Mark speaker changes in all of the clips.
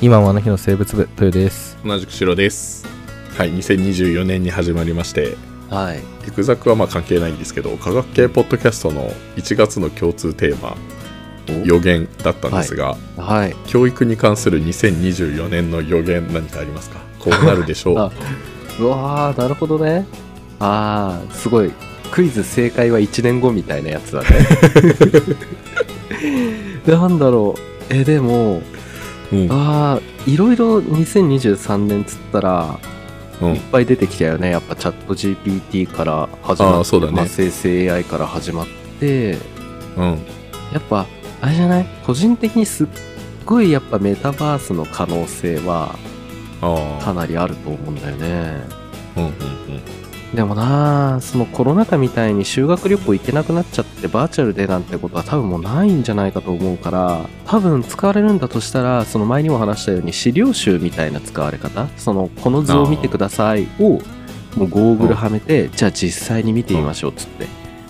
Speaker 1: 今もあの日の生物部豊です
Speaker 2: 同じく白です。はい、2024年に始まりまして、
Speaker 3: はい。
Speaker 2: エクザクはまあ関係ないんですけど、科学系ポッドキャストの1月の共通テーマ、予言だったんですが、
Speaker 3: はい。
Speaker 2: 教育に関する2024年の予言何かありますかこうなるでし ょ
Speaker 3: あ
Speaker 2: う。
Speaker 3: うわー、なるほどね。あー、すごい。クイズ正解は1年後みたいなやつ だね。なんだろう。え、でも、
Speaker 2: うん
Speaker 3: あー、いろいろ2023年つったら、
Speaker 2: うん
Speaker 3: いっぱい出てきたよね。やっぱチャット GPT から始
Speaker 2: あ
Speaker 3: ま
Speaker 2: あ、
Speaker 3: って、
Speaker 2: そうだ
Speaker 3: まあ
Speaker 2: ね。
Speaker 3: 生成 AI から始まって、
Speaker 2: うん。
Speaker 3: やっぱ、あれじゃない個人的にすっごいやっぱメタバースの可能性はか
Speaker 2: あ
Speaker 3: なりあると思うんだよね。
Speaker 2: あ、うんうんうん。
Speaker 3: でもなあそのコロナ禍みたいに修学旅行行けなくなっちゃってバーチャルでなんてことは多分もうないんじゃないかと思うから多分使われるんだとしたらその前にも話したように資料集みたいな使われ方そのこの図を見てくださいをもうゴーグルはめてじゃあ実際に見てみましょうっつって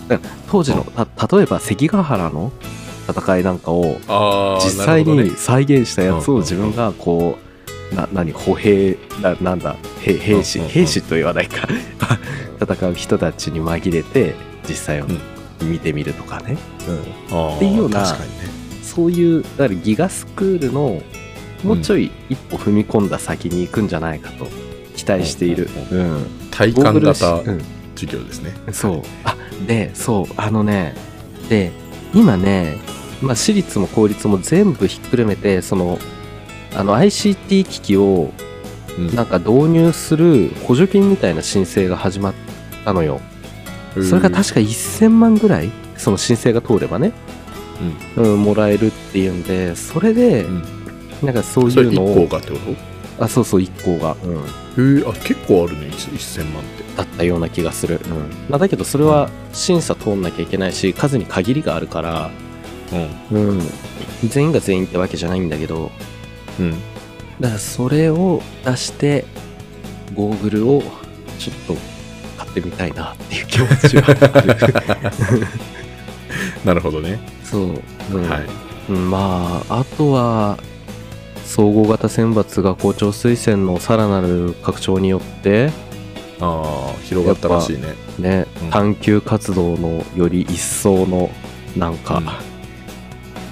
Speaker 3: だから当時のた例えば関ヶ原の戦いなんかを
Speaker 2: ああ、
Speaker 3: 実際
Speaker 2: なる
Speaker 3: に再現したやつ
Speaker 2: うん
Speaker 3: を
Speaker 2: うん
Speaker 3: 自分がこうな何歩兵ななんだ兵兵士
Speaker 2: うんうんうん
Speaker 3: 兵士と言わない か戦う人たちに紛れて実際を
Speaker 2: うん
Speaker 3: 見てみるとかね、
Speaker 2: ほどね、あー
Speaker 3: っていうような
Speaker 2: 確かにね。
Speaker 3: そういうだからギガスクールのもうちょい一歩踏み込んだ先に行くんじゃないかと期待している、うん
Speaker 2: 体
Speaker 3: ゴーグ
Speaker 2: 感
Speaker 3: ルし
Speaker 2: 型
Speaker 3: うん
Speaker 2: 授業ですね。
Speaker 3: そう。あ、で、そう、あのね、で、今ね、まあ、私立も公立も全部ひっくるめて、その、あの、ICT 機器を、
Speaker 2: うん
Speaker 3: なんか導入する補助金みたいな申請が始まったのよ。それが確か1000万ぐらい、その申請が通ればね、うん、もらえるっていうんで、それで、
Speaker 2: うん
Speaker 3: なんかそう
Speaker 2: に
Speaker 3: い
Speaker 2: そうれ一
Speaker 3: の
Speaker 2: 校
Speaker 3: を、
Speaker 2: がってこと
Speaker 3: あ、そうそう、一行が、うん、
Speaker 2: えー、あ結構あるね一1000万って
Speaker 3: だったような気がする。うんまあ、だけど、それは審査通んなきゃいけないし、数に限りがあるから、
Speaker 2: う
Speaker 3: うん、全員が全員ってわけじゃないんだけど
Speaker 2: んうん
Speaker 3: だからそれを出してゴーグルをちょっと買ってみたいなっていう気持ち はある
Speaker 2: なるほどね、
Speaker 3: そう、うん
Speaker 2: はい
Speaker 3: うんまああとは総合型選抜が校長推薦のさらなる拡張によって
Speaker 2: ああ広がったらしいね
Speaker 3: ね、
Speaker 2: うん
Speaker 3: 探求活動のより一層のなんか、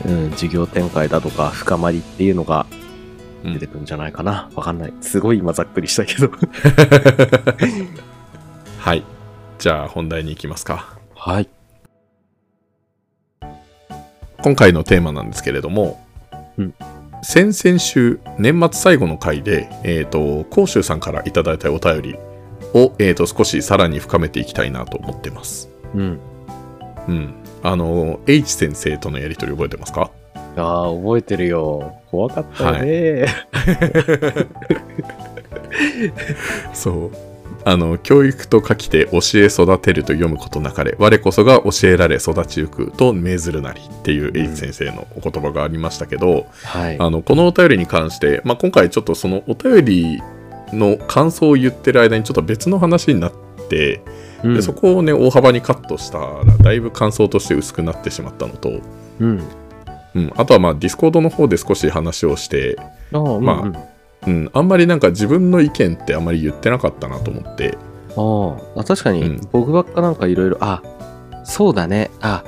Speaker 3: うん、事業展開だとか深まりっていうのが
Speaker 2: うん
Speaker 3: 出てくるんじゃないかな。わかんない。すごい今ざっくりしたけど。
Speaker 2: はいじゃあ本題に行きますか
Speaker 3: はい。
Speaker 2: 今回のテーマなんですけれども、
Speaker 3: うん
Speaker 2: 先々週年末最後の回でえっ、と甲州さんからいただいたお便りを、えー、と少しさらに深めていきたいなと思ってます
Speaker 3: うん。
Speaker 2: うんあの H 先生とのやり取り覚えてますか
Speaker 3: ああ、覚えてるよ。怖かったよね。
Speaker 2: そう。あの教育と書きて教え育てると読むことなかれ我こそが教えられ育ちゆくと命ずるなりってい
Speaker 3: う
Speaker 2: う
Speaker 3: ん
Speaker 2: 英一先生のお言葉がありましたけど、
Speaker 3: はい。
Speaker 2: あのこのお便りに関して、まあ、今回ちょっとそのお便りの感想を言ってる間にちょっと別の話になって、
Speaker 3: う
Speaker 2: でそこをね大幅にカットしたらだいぶ感想として薄くなってしまったのと、
Speaker 3: うん。
Speaker 2: うん、あとはまあディスコードの方で少し話をして、
Speaker 3: ああ、
Speaker 2: まあ
Speaker 3: うんうん
Speaker 2: うん、あんまりなんか自分の意見ってあんまり言ってなかったなと思って。
Speaker 3: ああ、確か
Speaker 2: う
Speaker 3: に
Speaker 2: ん
Speaker 3: 僕ばっかなんかいろいろ、あ、そうだね。あ、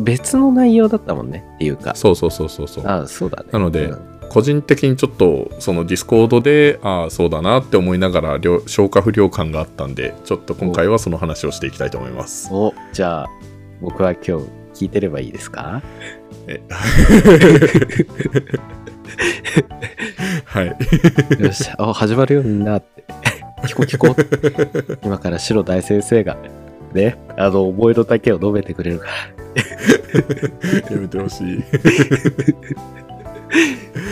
Speaker 3: 別の内容だったもんねっていうか。
Speaker 2: そうそうそうそうそう
Speaker 3: ああ、そうだね。
Speaker 2: なので
Speaker 3: うん
Speaker 2: 個人的にちょっとそのディスコードでああそうだなって思いながらりょ消化不良感があったんでちょっと今回はその話をしていきたいと思います
Speaker 3: お、じゃあ、僕は今日聞いてればいいですか
Speaker 2: はい
Speaker 3: よっしゃ、お始まるよ、みんなって。 聞こ聞こっ て今から白大先生が、ね、あの、思いの丈を述べてくれるから。
Speaker 2: やめてほしい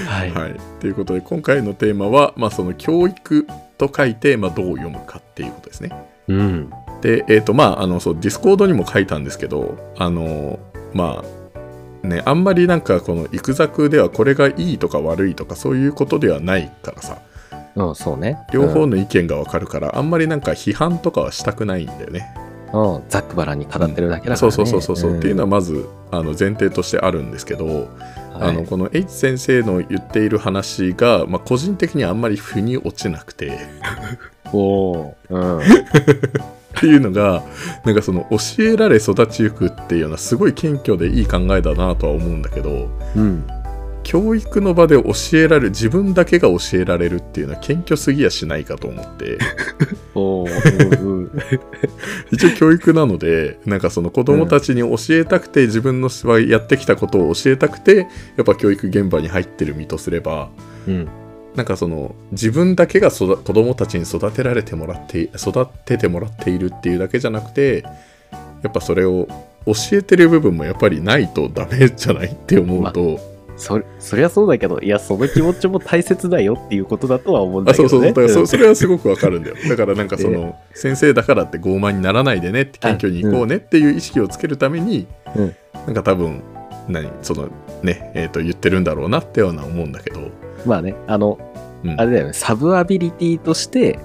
Speaker 3: は
Speaker 2: はいということで今回のテーマは、まあ、その教育と書いて、まあ、どう読むかっていうことですね
Speaker 3: うん。
Speaker 2: でえっ、とまああのそうディスコードにも書いたんですけどあのまあねあんまりなんかこの「いくざく」ではこれがいいとか悪いとかそういうことではないからさ
Speaker 3: うん、そうね。
Speaker 2: 両方
Speaker 3: の、
Speaker 2: の意見が分かるから、あんまりなんか批判とかはしたくないんだよね。
Speaker 3: うん、ざっくばらんに語ってるだけだから、ね
Speaker 2: そうそうそうそうそう、っていうのは
Speaker 3: は、
Speaker 2: まずあの前提としてあるんですけど、あのこの H 先生の言っている話が、まあ、個人的にはあんまり腑に落ちなくて っ
Speaker 3: おー
Speaker 2: ていうのがなんかその教えられ育ちゆくっていうのはすごい謙虚でいい考えだなとは思うんだけど
Speaker 3: うん。うん。
Speaker 2: 教育の場で教えられる自分だけが教えられるっていうのは謙虚すぎやしないかと思って。
Speaker 3: おーうんうん。
Speaker 2: 一応教育なのでなんかその子供たちに教えたくて、自分のやってきたことを教えたくてやっぱ教育現場に入ってる身とすれば
Speaker 3: うん。
Speaker 2: なんかその自分だけが育子供たちに育てられてもらって育ててもらっているっていうだけじゃなくてやっぱそれを教えてる部分もやっぱりないとダメじゃないって思うと、
Speaker 3: そそりゃそうだけどいやその気持ちも大切だよっていうことだとは思うんだ
Speaker 2: あ
Speaker 3: けど
Speaker 2: そう
Speaker 3: ね
Speaker 2: そうだからそ
Speaker 3: ん
Speaker 2: それはすごくわかるんだよ だからなんかその先生だからって傲慢にならないでねって謙虚に行こうねっていう意識をつけるために、
Speaker 3: うん
Speaker 2: なんか多分何そのねえーと言ってるんだろうなってような思うんだけど、
Speaker 3: まあねあの
Speaker 2: うん
Speaker 3: あれだよねサブアビリティとして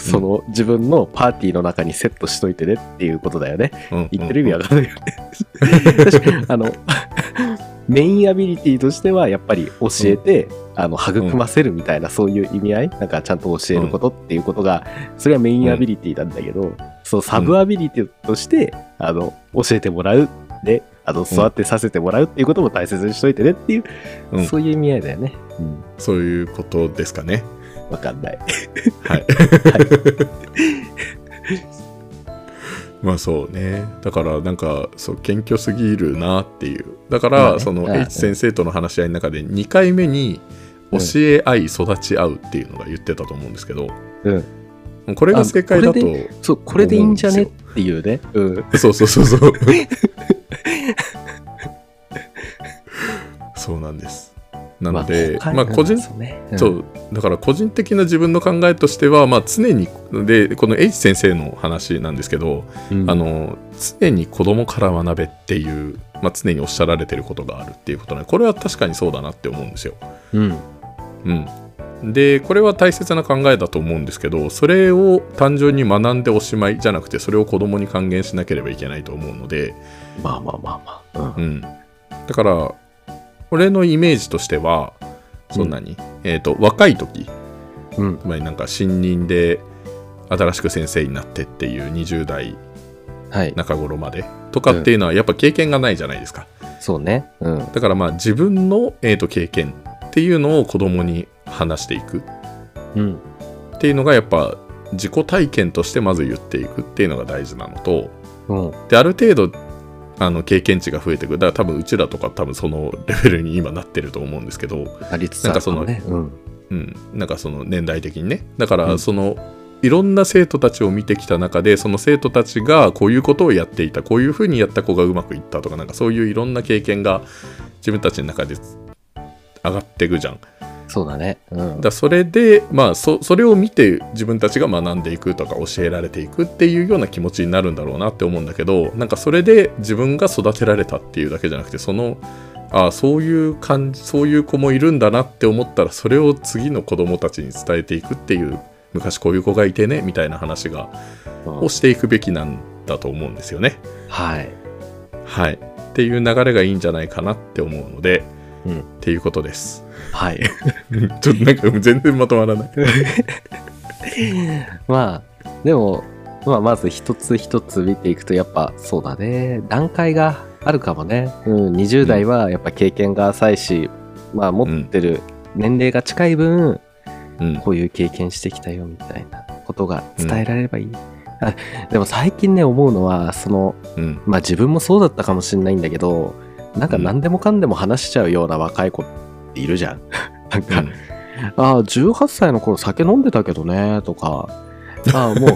Speaker 3: その自分のパーティーの中にセットしといてねっていうことだよね
Speaker 2: うん
Speaker 3: 言ってる意味わかんないよね 確かにあのメインアビリティとしてはやっぱり教えて、あの育ませるみたいな、そういう意味合いなんかちゃんと教えることっていうことがそれはメインアビリティなんだけど、そうサブアビリティとして、あの教えてもらうであの育てさせてもらうっていうことも大切にしといてねっていう、
Speaker 2: うん
Speaker 3: そういう意味合いだよね。うん
Speaker 2: そういうことですかね
Speaker 3: わかんない。
Speaker 2: はい。まあそうねだからなんかそう謙虚すぎるなっていうだか
Speaker 3: まあ
Speaker 2: ら
Speaker 3: ね
Speaker 2: そ
Speaker 3: うん
Speaker 2: の H 先生との話し合いの中で2回目に教え合い育ち合うっていうのが言ってたと思うんですけど、これが正解だと
Speaker 3: あこそう、これでいいんじゃねっていうね。うん。
Speaker 2: そうそうそうそう そうなんですなので、まあ個人
Speaker 3: そうね。ん
Speaker 2: そうだから個人的な自分の考えとしては、まあ、常にでこの H 先生の話なんですけど、
Speaker 3: うん
Speaker 2: あの常に子供から学べっていう、まあ、常におっしゃられてることがあるっていうことねこれは確かにそうだなって思うんですよ。
Speaker 3: うん。
Speaker 2: うん、でこれは大切な考えだと思うんですけどそれを単純に学んでおしまいじゃなくてそれを子供に還元しなければいけないと思うので、
Speaker 3: まあまあまあまあ。うん
Speaker 2: うん、だから俺のイメージとしてはそんなに、えー、と若い時
Speaker 3: うん
Speaker 2: つまりなんか新任で新しく先生になってっていう20代
Speaker 3: はい。
Speaker 2: 中頃までとかっていうのはやっぱ経験がないじゃないですか
Speaker 3: そうね。うん。
Speaker 2: だからまあ自分の、えー、と経験っていうのを子供に話していく
Speaker 3: うん。
Speaker 2: っていうのがやっぱ自己体験としてまず言っていくっていうのが大事なのと
Speaker 3: うん。
Speaker 2: である程度あの経験値が増えてくるだから多分うちらとか多分そのレベルに今なってると思うんですけど、
Speaker 3: ありつつあるかもね。うん。
Speaker 2: うん、なんかその年代的にねだか
Speaker 3: うん
Speaker 2: らその、いろんな生徒たちを見てきた中でその生徒たちがこういうことをやっていたこういうふうにやった子がうまくいったとかなんかそういういろんな経験が自分たちの中で上がっていくじゃん。
Speaker 3: そうだね。うん。
Speaker 2: だそれでまあそそれを見て自分たちが学んでいくとか教えられていくっていうような気持ちになるんだろうなって思うんだけどなんかそれで自分が育てられたっていうだけじゃなくてそのああそういう感じそういう子もいるんだなって思ったらそれを次の子供たちに伝えていくっていう昔こういう子がいてねみたいな話が
Speaker 3: うん
Speaker 2: をしていくべきなんだと思うんですよね。
Speaker 3: はい。
Speaker 2: はい、っていう流れがいいんじゃないかなって思うので、
Speaker 3: うん
Speaker 2: っていうことです。
Speaker 3: はい。
Speaker 2: ちょっとなんか全然まとまらない。
Speaker 3: まあ、でも、まあ、まず一つ一つ見ていくと、やっぱそうだね。段階があるかもね。うん。20代はやっぱ経験が浅いし、まあ、持ってる年齢が近い分、
Speaker 2: うん
Speaker 3: こういう経験してきたよみたいなことが伝えられればいい。あでも最近ね思うのはその、
Speaker 2: うん
Speaker 3: まあ、自分もそうだったかもしれないんだけどなんか
Speaker 2: うん
Speaker 3: 何でもかんでも話しちゃうような若い子っているじゃん。 なんか、
Speaker 2: うん
Speaker 3: ああ18歳の頃酒飲んでたけどねとかああもう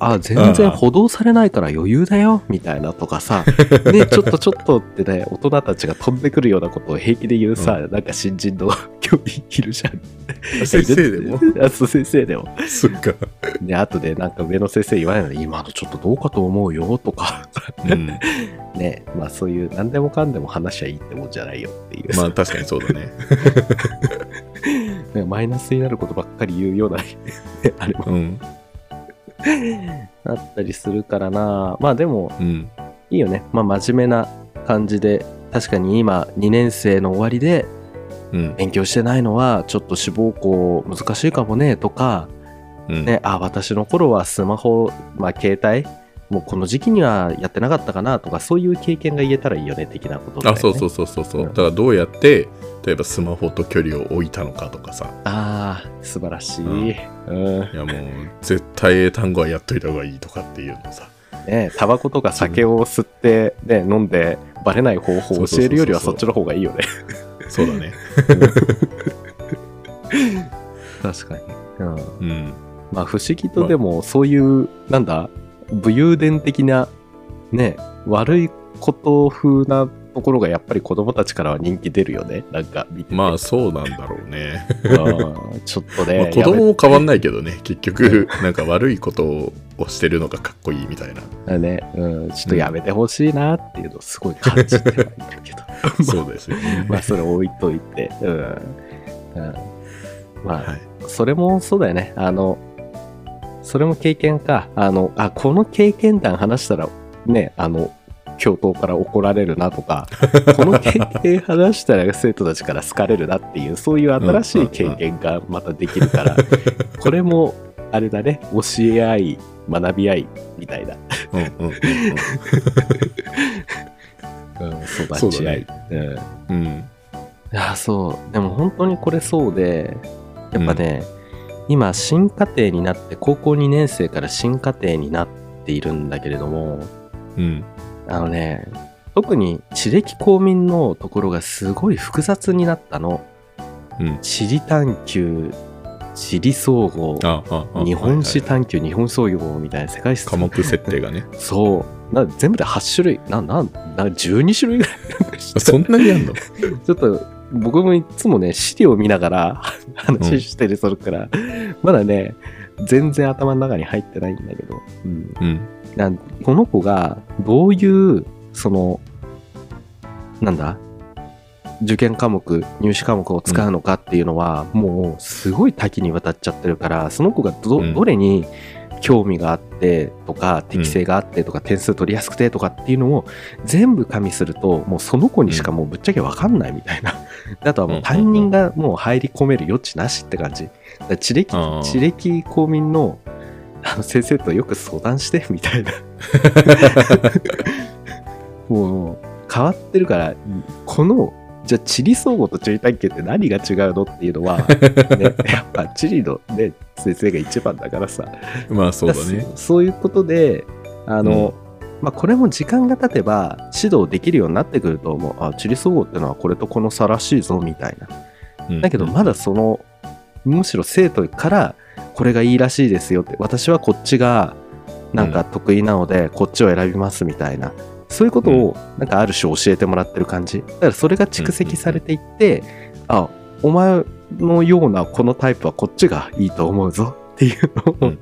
Speaker 3: ああ全然補導されないから余裕だよみたいなとかさねちょっとちょっとってね大人たちが飛んでくるようなことを平気で言うさ、なんか新人の興味いるじゃん。
Speaker 2: 先生でも
Speaker 3: あそう先生でも。
Speaker 2: そっか、
Speaker 3: で、後でなんか上の先生言われるのに、今のちょっとどうかと思うよとか、
Speaker 2: うん、
Speaker 3: ね、まあそういう何でもかんでも話しゃいいってもんじゃないよっていう、
Speaker 2: まあ確かにそうだね、
Speaker 3: ねマイナスになることばっかり言うような、 あれも
Speaker 2: うん
Speaker 3: あったりするからな、まあでも
Speaker 2: うん
Speaker 3: いいよね、まあ真面目な感じで確かに今2年生の終わりで
Speaker 2: うん
Speaker 3: 勉強してないのはちょっと志望校難しいかもねとか、
Speaker 2: うん
Speaker 3: ね、あ私の頃はスマホ、まあ、携帯もうこの時期にはやってなかったかなとかそういう経験が言えたらいいよね的なことだよ
Speaker 2: あ
Speaker 3: ね
Speaker 2: そうそうそうそうそう
Speaker 3: うん
Speaker 2: だからどうやって例えばスマホと距離を置いたのかとかさ
Speaker 3: あー素晴らしい、うんね
Speaker 2: いやもう絶対英単語はやっといた方がいいとかっていうのさ
Speaker 3: えタバコとか酒を吸って、ね、飲んでバレない方法を教えるよりはそっちの方がいいよね
Speaker 2: そうだね
Speaker 3: 確かに、うん、
Speaker 2: うん
Speaker 3: まあ不思議とでもそういう、なんだ武勇伝的なね悪いこと風なところがやっぱり子供たちからは人気出るよねなんか見てて
Speaker 2: まあそうなんだろうね
Speaker 3: うんちょっとね、
Speaker 2: まあ子供も変わんないけどね結局なんか悪いことをしてるのがかっこいいみたい な
Speaker 3: やめねうん、ちょっとやめてほしいなっていうのをすごい感じてはいるけど
Speaker 2: そうですよね、
Speaker 3: まあそれ置いといて、うんうんまあ
Speaker 2: はい、
Speaker 3: それもそうだよね。あの、それも経験か。あの、あ、この経験談話したら、ね、あの、教頭から怒られるなと か、この経験話したら生徒たちから好かれるなっていう、そういう新しい経験がまたできるから、これも、あれだね、教え合い、学び合いみたいな、
Speaker 2: うんうん
Speaker 3: うん、育ち合い。うん
Speaker 2: うんうん
Speaker 3: いやそうでも本当にこれそうでやっぱね、今新家庭になって高校2年生から新家庭になっているんだけれども
Speaker 2: うん
Speaker 3: あのね特に地歴公民のところがすごい複雑になったの
Speaker 2: うん
Speaker 3: 地理探求地理総合
Speaker 2: あああ
Speaker 3: 日本史
Speaker 2: はいはい
Speaker 3: 探求日本総合みたいな世界史
Speaker 2: 科目設定がね
Speaker 3: そうな全部で8種類ななんな12種 類ぐらいなんかして
Speaker 2: そんなにや んの
Speaker 3: ちょっと僕もいつもね、資料見ながら 話してるそれから、まだね、全然頭の中に入ってないんだけど、うん
Speaker 2: うん
Speaker 3: なんこの子がどういう、その、なんだ、受験科目、入試科目を使うのかっていうのは、もうすごい多岐にわたっちゃってるから、その子がど,、
Speaker 2: うん
Speaker 3: どれに興味があってとか、適性があってとか、点数取りやすくてとかっていうのを全部加味すると、もうその子にしかもうぶっちゃけわかんないみたいな。あとはもう担任がもう入り込める余地なしって感じ。だから地歴
Speaker 2: あー、
Speaker 3: 地歴公民のあの先生とよく相談して みたい な。もう変わってるから、この、じゃあ地理総合と地理探究って何が違うのっていうの は、ね、やっぱ地理の、ね、先生が一番だからさ。
Speaker 2: まあそうだね
Speaker 3: そそういうことで、あの、まあ、これも時間が経てば指導できるようになってくると思う。あ、地理総合ってのはこれとこの差らしいぞ、みたいな。
Speaker 2: うん
Speaker 3: だけどまだそのむしろ生徒からこれがいいらしいですよって私はこっちがなんか得意なのでこっちを選びますみたいな、そういうことをなんかある種教えてもらってる感じだからそれが蓄積されていって、あお前のようなこのタイプはこっちがいいと思うぞっていうのを、
Speaker 2: うん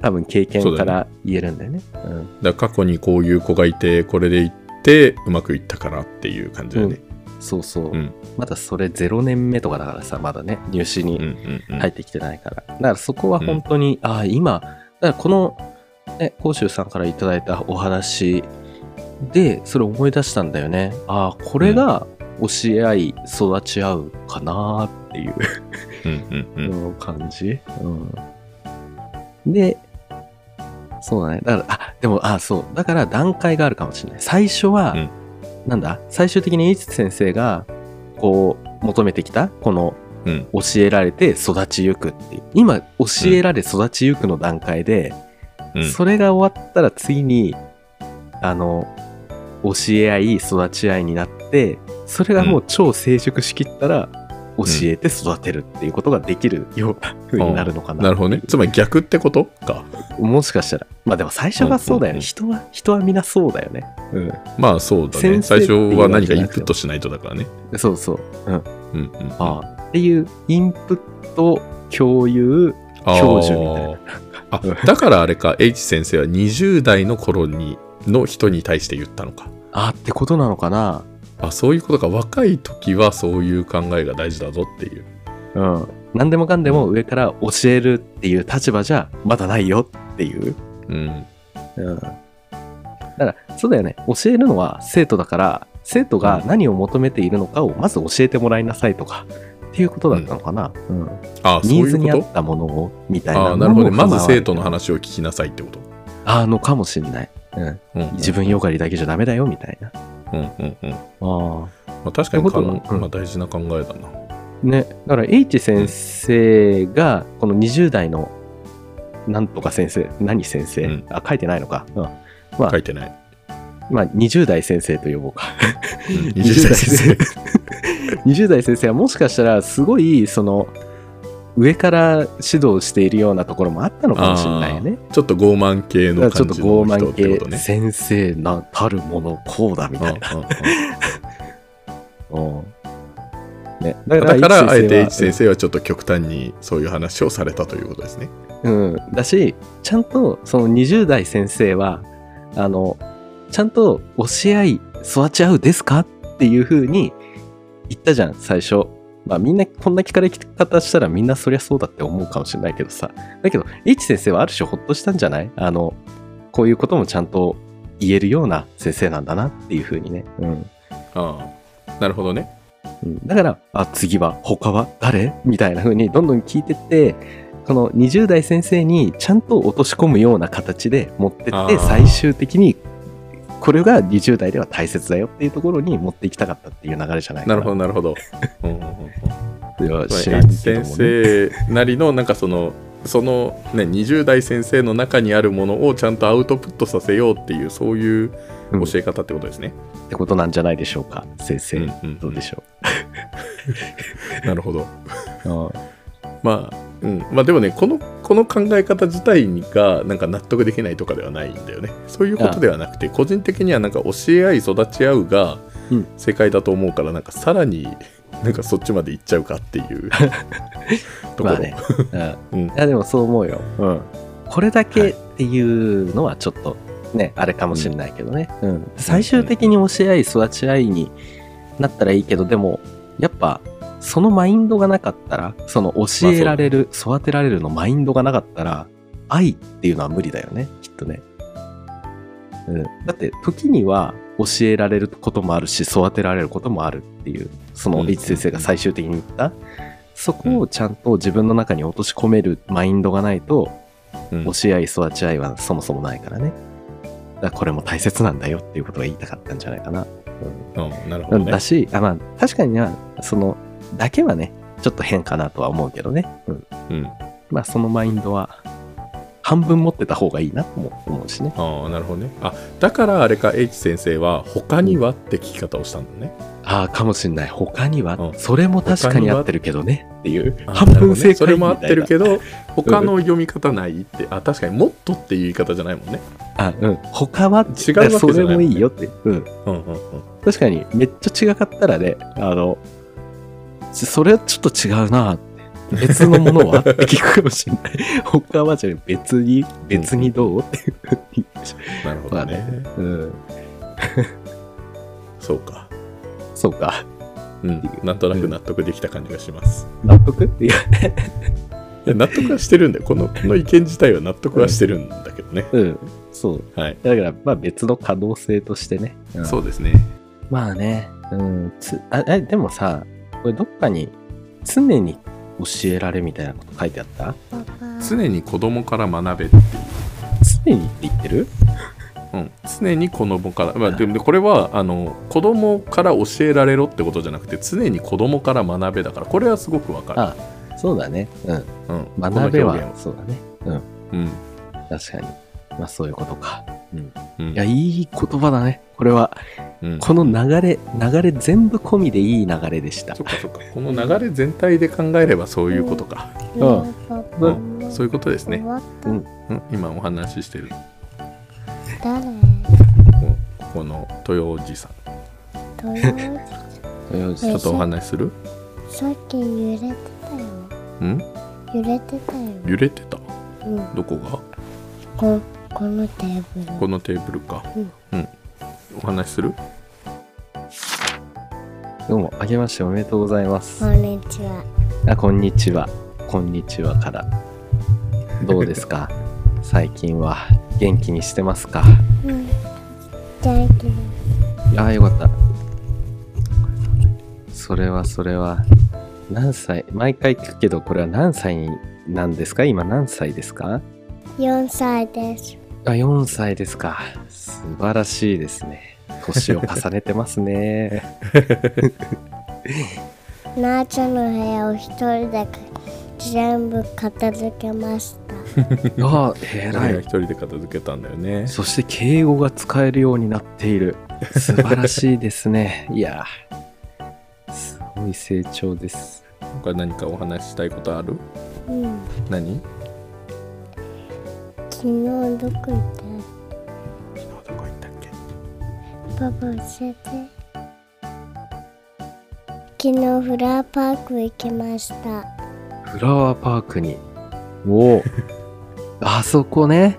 Speaker 3: 多分経験
Speaker 2: そう
Speaker 3: か
Speaker 2: だね
Speaker 3: ら言えるんだよね。うん
Speaker 2: だから過去にこういう子がいてこれでいってうまくいったからっていう感じだよね、
Speaker 3: そうそう、
Speaker 2: うん
Speaker 3: まだそれ0年目とかだからさまだね入試に
Speaker 2: うんうんうん
Speaker 3: 入ってきてないから。だからそこは本当に、ああ、今、だからこの、ね、甲州さんからいただいたお話で、それ思い出したんだよね。ああ、これが教え合い、育ち合うかなっていう
Speaker 2: うんうんうん
Speaker 3: の感じ。うん。で、そうだね。だから、あ、でも、あ、そう。だから段階があるかもしれない。最初は、
Speaker 2: うん
Speaker 3: なんだ最終的に H 先生が、こう、求めてきた、この、
Speaker 2: うん
Speaker 3: 教えられて育ちゆくっていう。今、教えられ育ちゆくの段階で、
Speaker 2: うん
Speaker 3: それが終わったら次に、あの、教え合い、育ち合いになって、それがもう超成熟しきったら、教えて育てるっていうことができるような風になるのかな。
Speaker 2: なるほどねつまり逆ってことか
Speaker 3: もしかしたら。まあでも最初がそうだよね。
Speaker 2: うんうんうん
Speaker 3: 人は、人は皆そうだよね。
Speaker 2: まあそうだ
Speaker 3: 先生
Speaker 2: ね最初
Speaker 3: っていう
Speaker 2: は何か
Speaker 3: わけじゃ
Speaker 2: イ
Speaker 3: な
Speaker 2: ン
Speaker 3: くて
Speaker 2: プットしないとだからね
Speaker 3: そうそう。うん。
Speaker 2: うんうん
Speaker 3: ああっていう、インプット、共有、
Speaker 2: あー
Speaker 3: 教授みたいな
Speaker 2: あだからあれか H 先生は20代の頃にの人に対して言ったのか
Speaker 3: あってことなのかな
Speaker 2: あそういうことか若い時はそういう考えが大事だぞっていう
Speaker 3: うん。何でもかんでも上から教えるっていう立場じゃまだないよっていう。
Speaker 2: うん
Speaker 3: うん。だから、そうだよね。教えるのは生徒だから、生徒が何を求めているのかをまず教えてもらいなさいとかっていうことだったのかな、うん
Speaker 2: ああそう
Speaker 3: ニーズ
Speaker 2: い
Speaker 3: に合
Speaker 2: うこ
Speaker 3: ったものをみた
Speaker 2: と
Speaker 3: いな
Speaker 2: ああなるほどねまず生徒の
Speaker 3: 話
Speaker 2: 話を聞きなさいってこと
Speaker 3: あのかもしれない、うん、
Speaker 2: うんうん
Speaker 3: 自分よがりだけじゃダメだよみたいなあ
Speaker 2: うんうんうん
Speaker 3: あ
Speaker 2: まあ、確かにかん
Speaker 3: ってことはうん
Speaker 2: まあ、大事な考えだな。
Speaker 3: ね、だから H 先生がこの20代のなんとか先生何先生、
Speaker 2: うん
Speaker 3: あ書いてないのか、うん
Speaker 2: 書いて ない。
Speaker 3: まあ、20代先生と呼ぼうか
Speaker 2: 20代先生。
Speaker 3: 20代先生はもしかしたらすごいその上から指導しているようなところもあったのかもしれないよね
Speaker 2: ちょっと傲慢系
Speaker 3: だか
Speaker 2: の
Speaker 3: らちょ
Speaker 2: 感
Speaker 3: っと
Speaker 2: じ
Speaker 3: 傲
Speaker 2: の人ってこ
Speaker 3: 慢
Speaker 2: と
Speaker 3: 系
Speaker 2: ね。
Speaker 3: 先生なたるものこうだみたいな、
Speaker 2: うんうんうん
Speaker 3: うんね、だ
Speaker 2: だから、あえて H
Speaker 3: 一
Speaker 2: 先生はちょっと極端にそういう話をされたということですね。
Speaker 3: うん、だしちゃんとその20代先生はあのちゃんと教え合い育ち合うですかっていうふうに言ったじゃん最初、まあ、みんなこんな聞かれ方したらみんなそりゃそうだって思うかもしれないけどさだけど H 先生はある種ほっとしたんじゃないあのこういうこともちゃんと言えるような先生なんだなっていうふうにね、うん
Speaker 2: ああなるほどね。
Speaker 3: うんだからあ次は他は誰みたいな風にどんどん聞いてってこの20代先生にちゃんと落とし込むような形で持って
Speaker 2: あ
Speaker 3: って
Speaker 2: ー
Speaker 3: 最終的にこれが20代では大切だよっていうところに持っていきたかったっていう流れじゃないか
Speaker 2: な
Speaker 3: な
Speaker 2: るほど、な るほど。うんうんうんうん
Speaker 3: どいや知らん
Speaker 2: H
Speaker 3: けど
Speaker 2: 先
Speaker 3: もね
Speaker 2: 生なりの、なんかその、その、ね、20代先生の中にあるものをちゃんとアウトプットさせようっていう、そういう
Speaker 3: うん
Speaker 2: 教え方ってことですね。
Speaker 3: ってことなんじゃないでしょうか先生、
Speaker 2: うんうん
Speaker 3: どうでしょ
Speaker 2: なるほど。
Speaker 3: う、
Speaker 2: まあ、うん、まあでもねこのこの考え方自体がなんか納得できないとかではないんだよねそういうことではなくて個人的にはなんか教え合い育ち合うが
Speaker 3: うん
Speaker 2: 正解だと思うからなんかさらになんかそっちまで行っちゃうかっていう ところ、
Speaker 3: まあね、うん
Speaker 2: うん
Speaker 3: いやでもそう思うよ、うん、これだけっていうのはちょっとね、あれかもしれないけどね、うん、最終的に教え合い育ち合いになったらいいけどでもやっぱそのマインドがなかったらその教えられる、育てられるのマインドがなかったら愛っていうのは無理だよねきっとね、うん、だって時には教えられることもあるし育てられることもあるっていうその
Speaker 2: うん
Speaker 3: H 先生が最終的に言った、そこをちゃんと自分の中に落とし込めるマインドがないと、
Speaker 2: うん
Speaker 3: 教え合い育ち合いはそもそもないからねだからこれも大切なんだよっていうことが言いたかったんじゃないかな、
Speaker 2: うん、なるほ
Speaker 3: う
Speaker 2: ど
Speaker 3: ん、だ
Speaker 2: ね
Speaker 3: しあ、まあ、確かになそのだけはねちょっと変かなとは思うけどね、うん、
Speaker 2: うん
Speaker 3: まあそのマインドは半分持ってた方がいいなとも思うしね
Speaker 2: ああなるほどねあだからあれか H 先生は他にはって聞き方をしたんだね
Speaker 3: ああかもしんない他には、
Speaker 2: うん
Speaker 3: それも確かに合ってるけどねっていう
Speaker 2: あ
Speaker 3: 半分正解みたいな
Speaker 2: なるほどねそれも合ってる けど他の読み方ないってあ確かにもっとっていう言い方じゃないもんね
Speaker 3: あうん他は
Speaker 2: 違うわけじゃないもんね
Speaker 3: それもいいよってうん
Speaker 2: うんうんうん
Speaker 3: 確かにめっちゃ違かったらねあのちそれはちょっと違うな別のものはって聞くかもしれない 他はじゃあ別に別にどうっていう
Speaker 2: なるほどね、
Speaker 3: うん
Speaker 2: そうか
Speaker 3: そうか
Speaker 2: うん、なんとなく納得できた感じがします。
Speaker 3: 納得いや
Speaker 2: いや納得はしてるんだよ。このこの意見自体は納得はしてるんだけどね。
Speaker 3: うんそう
Speaker 2: はい。
Speaker 3: だからまあ別の可能性としてね、うん
Speaker 2: そうですね。
Speaker 3: まあねうんつああでもさこれどっかに常に教えられみたいなこと書いてあった
Speaker 2: 常に子供から学べ。
Speaker 3: 常にって言ってる
Speaker 2: うん。常に子供から。まあ、でもこれはあの子供から教えられろってことじゃなくて常に子供から学べだからこれはすごくわか
Speaker 3: あそうだねうん
Speaker 2: る。うん。
Speaker 3: 学べ
Speaker 2: この
Speaker 3: は
Speaker 2: 表
Speaker 3: そうだねうん
Speaker 2: 現
Speaker 3: 確かにまあそういうことか
Speaker 2: うん。うん
Speaker 3: いやいい言葉だねこれは
Speaker 2: うん
Speaker 3: この流れ流れ全部込みでいい流れでした
Speaker 2: そっかそっか。この流れ全体で考えればそういうことか。
Speaker 3: う
Speaker 4: うん、
Speaker 2: そういうことですね。
Speaker 3: うん
Speaker 2: うん、今お話ししてる
Speaker 4: 誰
Speaker 2: こここの豊おじさん。
Speaker 4: どういう
Speaker 3: よ
Speaker 2: ち
Speaker 3: し
Speaker 2: ょっとお話しする？
Speaker 4: さっき揺れてたよ。
Speaker 2: うん？
Speaker 4: 揺れてたよ。
Speaker 2: 揺れてた。
Speaker 4: うん、
Speaker 2: どこが
Speaker 4: ここのテーブル。
Speaker 2: このテーブルか、
Speaker 4: うん
Speaker 2: お話しする
Speaker 3: どうもあけましておめでとうございます
Speaker 4: こんにちは。
Speaker 3: あこんにちはこんにちはからどうです か最近は元気にしてますか
Speaker 4: うん。元気で
Speaker 3: ああよかったそれはそれは何歳毎回聞くけどこれは何歳なんですか今何歳ですか
Speaker 4: 4歳です
Speaker 3: あ4歳ですか素晴らしいですね年を重ねてますね
Speaker 4: なあちゃんの部屋を一人で全部片付けました
Speaker 3: あ偉
Speaker 2: 俺が
Speaker 3: い
Speaker 2: 一人で片付けたんだよね。
Speaker 3: そして敬語が使えるようになっている素晴らしいですねいやすごい成長です
Speaker 2: 他何かお話ししたいことある
Speaker 4: うん
Speaker 2: 何
Speaker 4: 昨日どこ行っ
Speaker 2: 昨日どこ行ったっけ
Speaker 4: たパパ教えて昨日フラワーパーク行きました
Speaker 3: フラワーパークにおおあそこね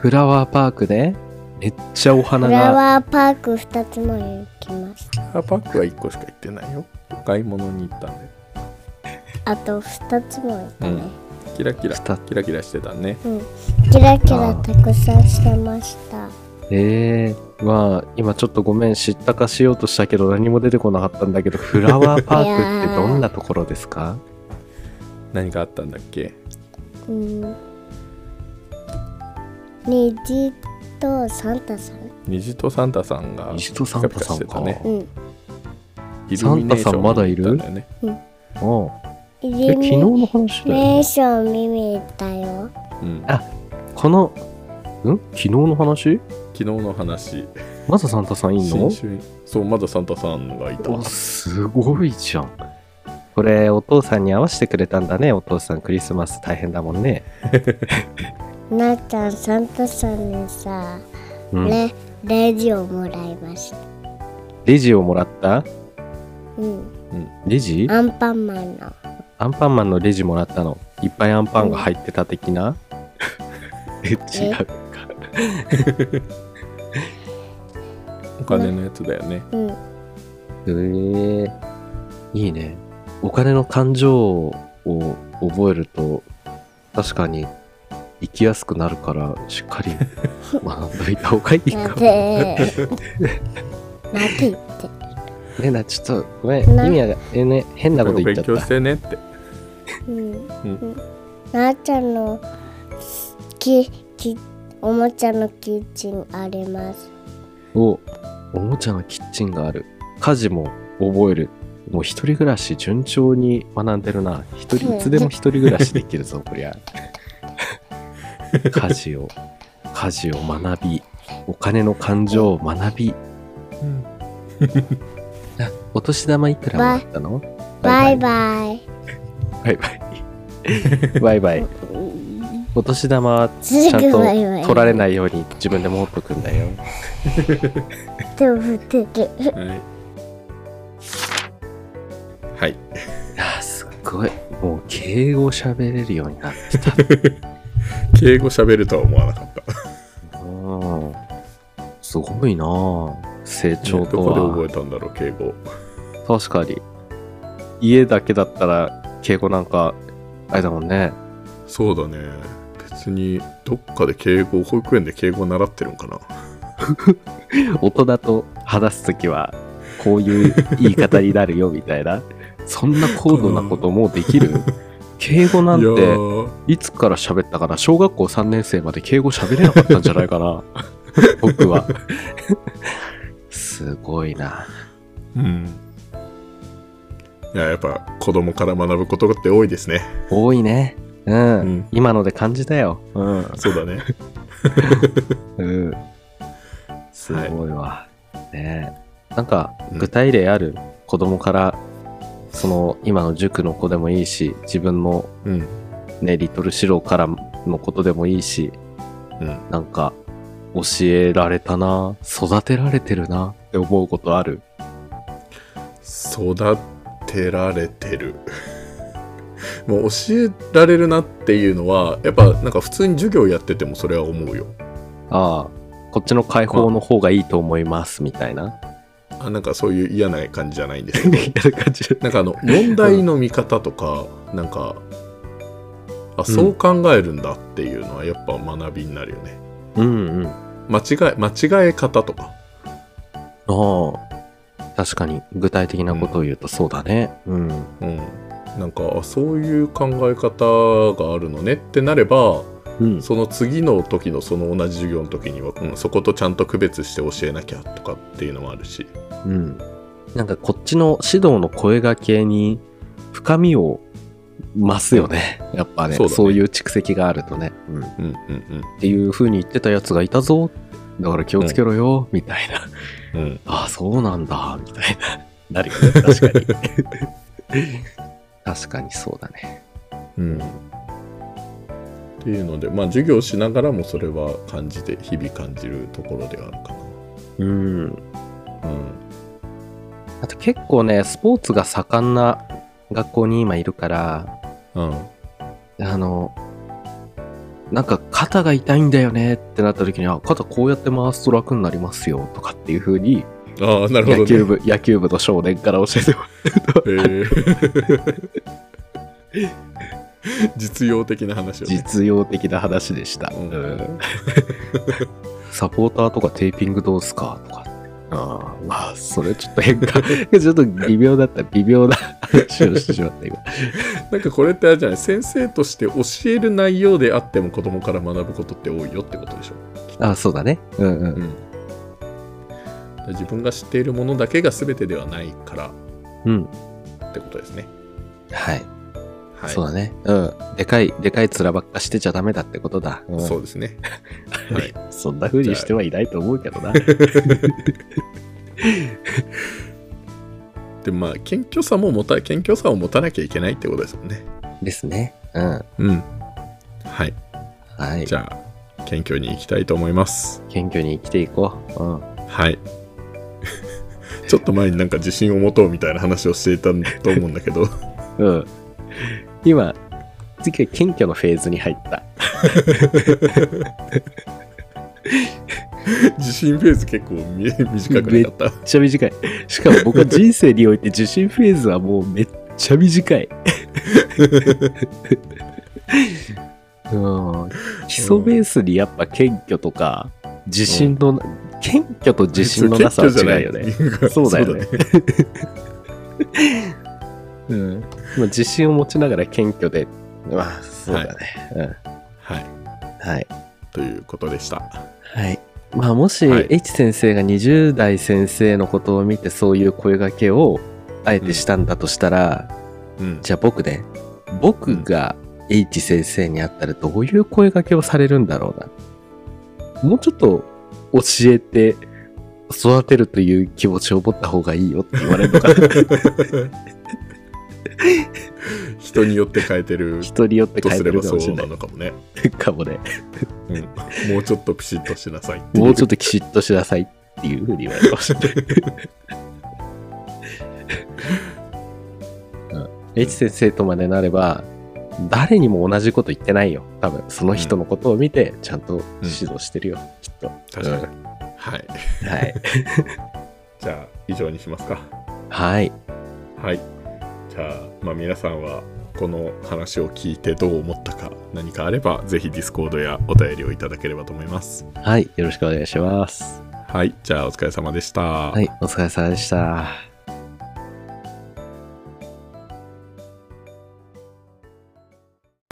Speaker 3: フラワーパークでめっちゃお花
Speaker 4: フ
Speaker 3: が
Speaker 4: ラワーパーク2つも行きました
Speaker 2: あパックは1個しか行ってないよ。お買い物に行ったんだよ。
Speaker 4: あと2つも行ったね、
Speaker 2: キラキラ、
Speaker 3: 二つ
Speaker 2: キラキラしてたね。
Speaker 4: うん、キラキラたくさんしてました
Speaker 3: ええまあ今ちょっとごめん知ったかしようとしたけど何も出てこなかったんだけど フラワーパークってどんなところですか
Speaker 2: 何かあったんだっけ
Speaker 4: うん虹とサンタさん
Speaker 2: 虹とサンタさんが
Speaker 3: 虹とサンタさん
Speaker 2: ピカピカしてた
Speaker 3: か
Speaker 2: ね。
Speaker 4: うん
Speaker 2: イルミネーショ
Speaker 3: サンタ
Speaker 2: ン
Speaker 3: さんまだいる
Speaker 2: 見に行ったんだよね
Speaker 3: おう
Speaker 4: イ
Speaker 3: え
Speaker 4: ル
Speaker 3: 昨日
Speaker 4: ミ
Speaker 3: の話だよ
Speaker 4: ネ
Speaker 3: ね
Speaker 4: ーション見に行ったよ
Speaker 2: うん、
Speaker 3: あこのん昨日の話
Speaker 2: 昨日の話
Speaker 3: まだサンタさんいんの
Speaker 2: 新春そうまだサンタさんがいた
Speaker 3: おすごいじゃんこれお父さんに合わせてくれたんだねお父さんクリスマス大変だもんね、
Speaker 4: なっちゃんサンタさんにさ、
Speaker 3: うん、
Speaker 4: ねレジをもらいました
Speaker 3: レジをもらった
Speaker 4: うん
Speaker 3: レジ
Speaker 4: アンパンマンの
Speaker 3: アンパンマンのレジもらったのいっぱいアンパンが入ってた的なえ違うか
Speaker 2: お金のやつだよね
Speaker 4: うん
Speaker 3: へえいいねお金の感情を覚えると確かに生きやすくなるからしっかり学んどいた方がいい
Speaker 4: なん
Speaker 3: か
Speaker 4: でなんて言って
Speaker 3: ねなちょっとごめん
Speaker 4: な
Speaker 3: 意味がえね変なこと言っ
Speaker 2: 勉
Speaker 3: ちゃっ
Speaker 2: 強
Speaker 3: た
Speaker 2: してねって
Speaker 4: うんうんなあちゃんのききおもちゃのキッチンあります
Speaker 3: おおもちゃのキッチンがある家事も覚えるもう一人暮らし順調に学んでるな一人いつでも一人暮らしできるぞこりゃ家事を家事を学びお金の感情を学びあお年玉いくらもらったの
Speaker 4: バイ
Speaker 3: バ
Speaker 4: バイ
Speaker 3: イバイバイバイお年玉は
Speaker 4: す
Speaker 3: ちゃん
Speaker 4: ぐ
Speaker 3: と
Speaker 4: バイバイ
Speaker 3: 取られないように自分で持っとくんだよ
Speaker 4: 手を振ってる
Speaker 2: はい、はい、
Speaker 3: あすっごいもう敬語喋れるようになって
Speaker 2: 敬語喋るとは思わなかった
Speaker 3: うんすごいなあ成長
Speaker 2: ど
Speaker 3: と
Speaker 2: こで
Speaker 3: は、
Speaker 2: 覚えたんだろう敬語
Speaker 3: 確かに家だけだったら敬語なんかあれだもんね
Speaker 2: そうだね別にどっかで敬語保育園で敬語習ってるんかな
Speaker 3: 大人と話す時はこういう言い方になるよみたいなそんな高度なこともうでき る敬語なん
Speaker 2: いや
Speaker 3: て
Speaker 2: ー
Speaker 3: いつから喋ったかな小学校3年生まで敬語喋れなかったんじゃないかな僕 はすごいな
Speaker 2: うんいややっぱ子供から学ぶことって多いですね
Speaker 3: 多いねうん、
Speaker 2: うん
Speaker 3: 今ので感じたようん、
Speaker 2: そうだ ね
Speaker 3: うん、すごいわ、ねえなんか具体例ある、子供からその今の塾の子でもいいし自分の
Speaker 2: うん
Speaker 3: ねリトルシローからのことでもいいし
Speaker 2: うん
Speaker 3: なんか教えられたな育てられてるなって思うことある
Speaker 2: 育てられてる もう教えられるなっていうのはやっぱなんか普通に授業やっててもそれは思うよ
Speaker 3: ああこっちの解放の方がいいと思いますみたいな
Speaker 2: あなんかそういう嫌な感じじゃないんですけ ど
Speaker 3: 嫌な感じ
Speaker 2: なんかあの問題の見方とか、なんかあそう考えるんだっていうのはやっぱ学びになるよね
Speaker 3: うんうん
Speaker 2: 間違え間違え方とか
Speaker 3: ああ確かに具体的なことを言うとそうだねうん、
Speaker 2: うん、なんかあそういう考え方があるのねってなれば
Speaker 3: うん、
Speaker 2: その次の時のその同じ授業の時には、うん、そことちゃんと区別して教えなきゃとかっていうのもあるし、
Speaker 3: うん、なんかこっちの指導の声がけに深みを増すよね やっぱね
Speaker 2: そ
Speaker 3: そうう
Speaker 2: だね
Speaker 3: いう蓄積があるとね、うん、っ
Speaker 2: うんうん
Speaker 3: ていう風に言ってたやつがいたぞだから気をつけろよ、みたい な
Speaker 2: うんうん、
Speaker 3: ああそうなんだみたいななるよね確か に確かにそうだね
Speaker 2: うん、っていうのでまあ授業しながらもそれは感じて日々感じるところではあるか
Speaker 3: うん
Speaker 2: な。うん
Speaker 3: あと結構ねスポーツが盛んな学校に今いるから
Speaker 2: うん
Speaker 3: あのなんか肩が痛いんだよねってなった時には肩こうやって回すと楽になりますよとかっていう風に
Speaker 2: ああなるほど、ね。
Speaker 3: 野球部、野球部の少年から教えてもら
Speaker 2: へー 実用的な話
Speaker 3: う
Speaker 2: を、ね。
Speaker 3: 実用的な話でした、
Speaker 2: うん
Speaker 3: うんサポーターとかテーピングどうすかとかあーまあそれちょっと変化 ちょっと微妙だった微妙な話をしてしまった 今
Speaker 2: なんかこれってあれじゃない先生として教える内容であっても子供から学ぶことって多いよってことでしょ。
Speaker 3: あそうだねうんうん
Speaker 2: うん、自分が知っているものだけが全てではないから
Speaker 3: うん
Speaker 2: ってことですね。
Speaker 3: はい
Speaker 2: はい、
Speaker 3: そうだね。うん。でかい、でかい面ばっかしてちゃダメだってことだ。うん
Speaker 2: そうです ね。はい、
Speaker 3: そんな風にしてはいないと思うけどな。
Speaker 2: でまあ謙虚さも持た謙虚さを持たなきゃいけないってことですもんね。
Speaker 3: ですね。うん。
Speaker 2: うん。はい。
Speaker 3: はい
Speaker 2: じ。ゃあ謙虚に行きたいと思います。
Speaker 3: 謙虚に生きていこう。うん。
Speaker 2: はい。 ちょっと前になんか自信を持とうみたいな話をしていたと思うんだけど
Speaker 3: うん。今、次は謙虚のフェーズに入った。
Speaker 2: 自信フェーズ結構み短くなかった
Speaker 3: めっちゃ短い。しかも僕は人生において受信フェーズはもうめっちゃ短い。うん、基礎ベースにやっぱ謙虚とか自信の、謙虚と自信のなさは違うよ ね。
Speaker 2: 謙虚じゃない
Speaker 3: そうだよね。うん、まあ自信を持ちながら謙虚で、まあ、そうだね。
Speaker 2: はい。
Speaker 3: うん、はい。
Speaker 2: ということでした。
Speaker 3: はい。まあ、もし、
Speaker 2: はい
Speaker 3: H 先生が20代先生のことを見て、そういう声掛けを、あえてしたんだとしたら、
Speaker 2: うん。
Speaker 3: じゃあ僕ね、僕が H 先生に会ったらどういう声掛けをされるんだろうな。もうちょっと教えて、育てるという気持ちを持った方がいいよって言われるのかな
Speaker 2: 人によって変えてる
Speaker 3: 人によって
Speaker 2: と
Speaker 3: 変え
Speaker 2: す
Speaker 3: て
Speaker 2: れ
Speaker 3: る
Speaker 2: ば
Speaker 3: か
Speaker 2: そ
Speaker 3: もしれ
Speaker 2: う
Speaker 3: な
Speaker 2: なのかもね。
Speaker 3: いかもね。
Speaker 2: もうちょっとピシッとしなさいっていう。
Speaker 3: もうちょっときちっとしなさいっていうふうに言われました。うん、H 先生とまでなれば、誰にも同じこと言ってないよ。多分、その人のことを見て、ちゃんと指導してるよ、きっと。
Speaker 2: 確かに。はい。
Speaker 3: はい。
Speaker 2: じゃあ、以上にしますか。
Speaker 3: はい。
Speaker 2: はい。じゃあ、まあ、皆さんはこの話を聞いてどう思ったか、何かあれば、ぜひディスコードやお便りをいただければと思います。
Speaker 3: はい。よろしくお願いします。
Speaker 2: はい。じゃあ、お疲れ様でした。
Speaker 3: はい。お疲れ様でした。